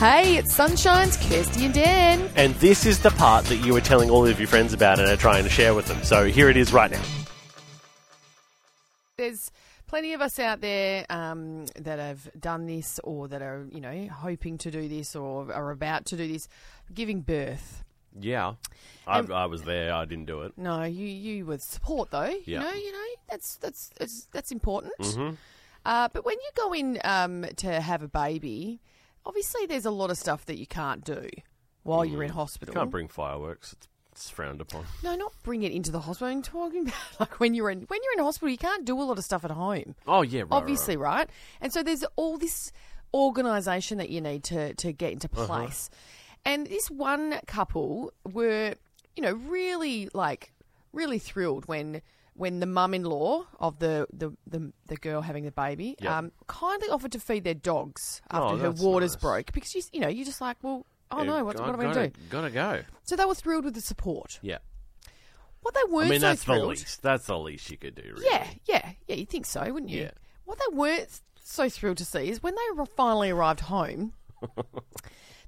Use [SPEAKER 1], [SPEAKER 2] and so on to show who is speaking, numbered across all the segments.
[SPEAKER 1] Hey, it's Sunshine's Kirsty and Dan.
[SPEAKER 2] And this is the part that you were telling all of your friends about and are trying to share with them. So here it is right now.
[SPEAKER 1] There's plenty of us out there um, that have done this or that are, you know, hoping to do this or are about to do this, giving birth.
[SPEAKER 2] Yeah. I, I was there. I didn't do it.
[SPEAKER 1] No, you you would support though. You
[SPEAKER 2] Yeah. Mm-hmm.
[SPEAKER 1] know, you know that's that's that's, that's important. Uh, but when you go in um, to have a baby, obviously there's a lot of stuff that you can't do while you're in hospital.
[SPEAKER 2] Mm. Can't bring fireworks. It's, it's frowned upon.
[SPEAKER 1] no, not bring it into the hospital. I'm talking about like when you're in when you're in hospital, you can't do a lot of stuff at home.
[SPEAKER 2] Oh, yeah, right. right,
[SPEAKER 1] obviously, right. And so there's all this organisation that you need to to get into
[SPEAKER 2] Uh-huh.
[SPEAKER 1] place. And this one couple were, you know, really like really thrilled when when the mum-in-law of the the the, the girl having the baby
[SPEAKER 2] Yep.
[SPEAKER 1] um, kindly offered to feed their dogs after
[SPEAKER 2] Oh,
[SPEAKER 1] her
[SPEAKER 2] that's
[SPEAKER 1] waters
[SPEAKER 2] nice.
[SPEAKER 1] broke because you you know you're just like well. Oh
[SPEAKER 2] right.
[SPEAKER 1] no! What,
[SPEAKER 2] Yeah,
[SPEAKER 1] what am I
[SPEAKER 2] gotta-
[SPEAKER 1] going to do?
[SPEAKER 2] Gotta go.
[SPEAKER 1] So they were thrilled with the support.
[SPEAKER 2] Yeah.
[SPEAKER 1] What they weren't
[SPEAKER 2] I mean,
[SPEAKER 1] so
[SPEAKER 2] that's the
[SPEAKER 1] thrilled,
[SPEAKER 2] least. That's the least you could do, really.
[SPEAKER 1] yeah, yeah, yeah. You'd think so, wouldn't you?
[SPEAKER 2] Yeah.
[SPEAKER 1] What they weren't so thrilled to see is when they ro- finally arrived home,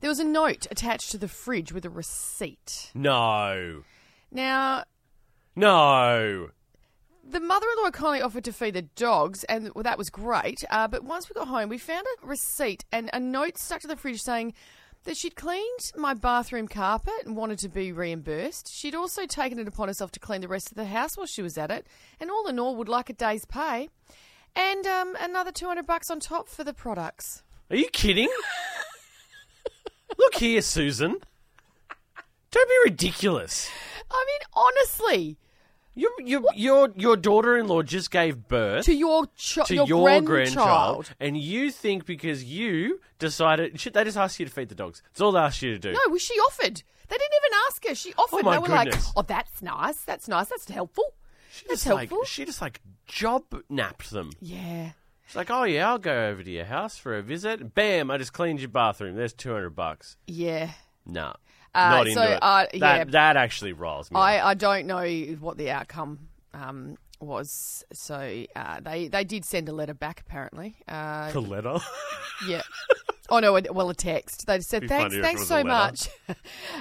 [SPEAKER 1] there was a note attached to the fridge with a receipt.
[SPEAKER 2] No.
[SPEAKER 1] Now,
[SPEAKER 2] No.
[SPEAKER 1] the mother-in-law kindly offered to feed the dogs, and well, that was great. Uh, but once we got home, we found a receipt and a note stuck to the fridge saying that she'd cleaned my bathroom carpet and wanted to be reimbursed. She'd also taken it upon herself to clean the rest of the house while she was at it, and all in all, would like a day's pay and um, another two hundred bucks on top for the products.
[SPEAKER 2] Are you kidding? Look here, Susan. Don't be ridiculous.
[SPEAKER 1] I mean, honestly,
[SPEAKER 2] Your your your, your daughter-in-law just gave birth
[SPEAKER 1] to your cho-
[SPEAKER 2] to
[SPEAKER 1] your, grandchild.
[SPEAKER 2] and you think because you decided should they just ask you to feed the dogs? It's all they asked you to do.
[SPEAKER 1] No, well, she offered. They didn't even ask her. She offered.
[SPEAKER 2] my
[SPEAKER 1] they were
[SPEAKER 2] goodness.
[SPEAKER 1] like, "Oh, that's nice. That's nice. That's helpful.
[SPEAKER 2] she
[SPEAKER 1] that's
[SPEAKER 2] just like
[SPEAKER 1] helpful."
[SPEAKER 2] she just like job napped them.
[SPEAKER 1] yeah.
[SPEAKER 2] She's like, oh yeah, I'll go over to your house for a visit. Bam! I just cleaned your bathroom. There's two hundred bucks.
[SPEAKER 1] Yeah.
[SPEAKER 2] No,
[SPEAKER 1] Uh,
[SPEAKER 2] not
[SPEAKER 1] so,
[SPEAKER 2] into it.
[SPEAKER 1] uh,
[SPEAKER 2] that
[SPEAKER 1] yeah.
[SPEAKER 2] that actually riles me.
[SPEAKER 1] I, I don't know what the outcome um, was. So uh, they they did send a letter back apparently. Uh,
[SPEAKER 2] the letter.
[SPEAKER 1] yeah. Oh no! a- Well, a text. They said
[SPEAKER 2] Be
[SPEAKER 1] thanks,
[SPEAKER 2] funnier if it
[SPEAKER 1] thanks
[SPEAKER 2] was
[SPEAKER 1] so
[SPEAKER 2] a
[SPEAKER 1] much,
[SPEAKER 2] letter."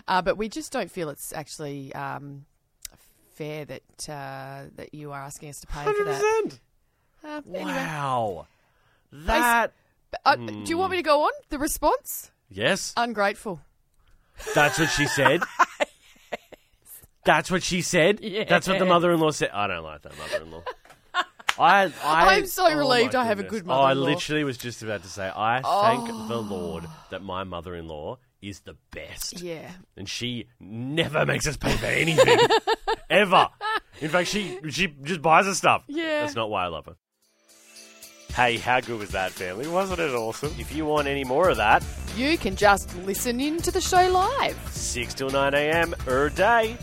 [SPEAKER 1] uh, but we just don't feel it's actually um, fair that uh, that you are asking us to pay for
[SPEAKER 2] Hundred
[SPEAKER 1] that.
[SPEAKER 2] percent.
[SPEAKER 1] Uh, anyway,
[SPEAKER 2] Wow. Hmm. That.
[SPEAKER 1] uh, do you want me to go on? The response?
[SPEAKER 2] Yes,
[SPEAKER 1] Ungrateful.
[SPEAKER 2] that's what she said. That's what she said. That's what the mother-in-law said. I don't like that mother-in-law. I, I,
[SPEAKER 1] I'm so
[SPEAKER 2] oh my
[SPEAKER 1] relieved I have a
[SPEAKER 2] goodness.
[SPEAKER 1] good
[SPEAKER 2] Oh, I
[SPEAKER 1] mother-in-law. Oh.
[SPEAKER 2] literally was just about to say, I thank the Lord that my mother-in-law is the best,
[SPEAKER 1] Yeah.
[SPEAKER 2] and she never makes us pay for anything ever. In fact, she she just buys us stuff.
[SPEAKER 1] Yeah.
[SPEAKER 2] that's not why I love her. Hey, how good was that, family? Wasn't it awesome? If you want any more of that,
[SPEAKER 1] You can just listen in to the show live.
[SPEAKER 2] 6 till 9 a.m. er day.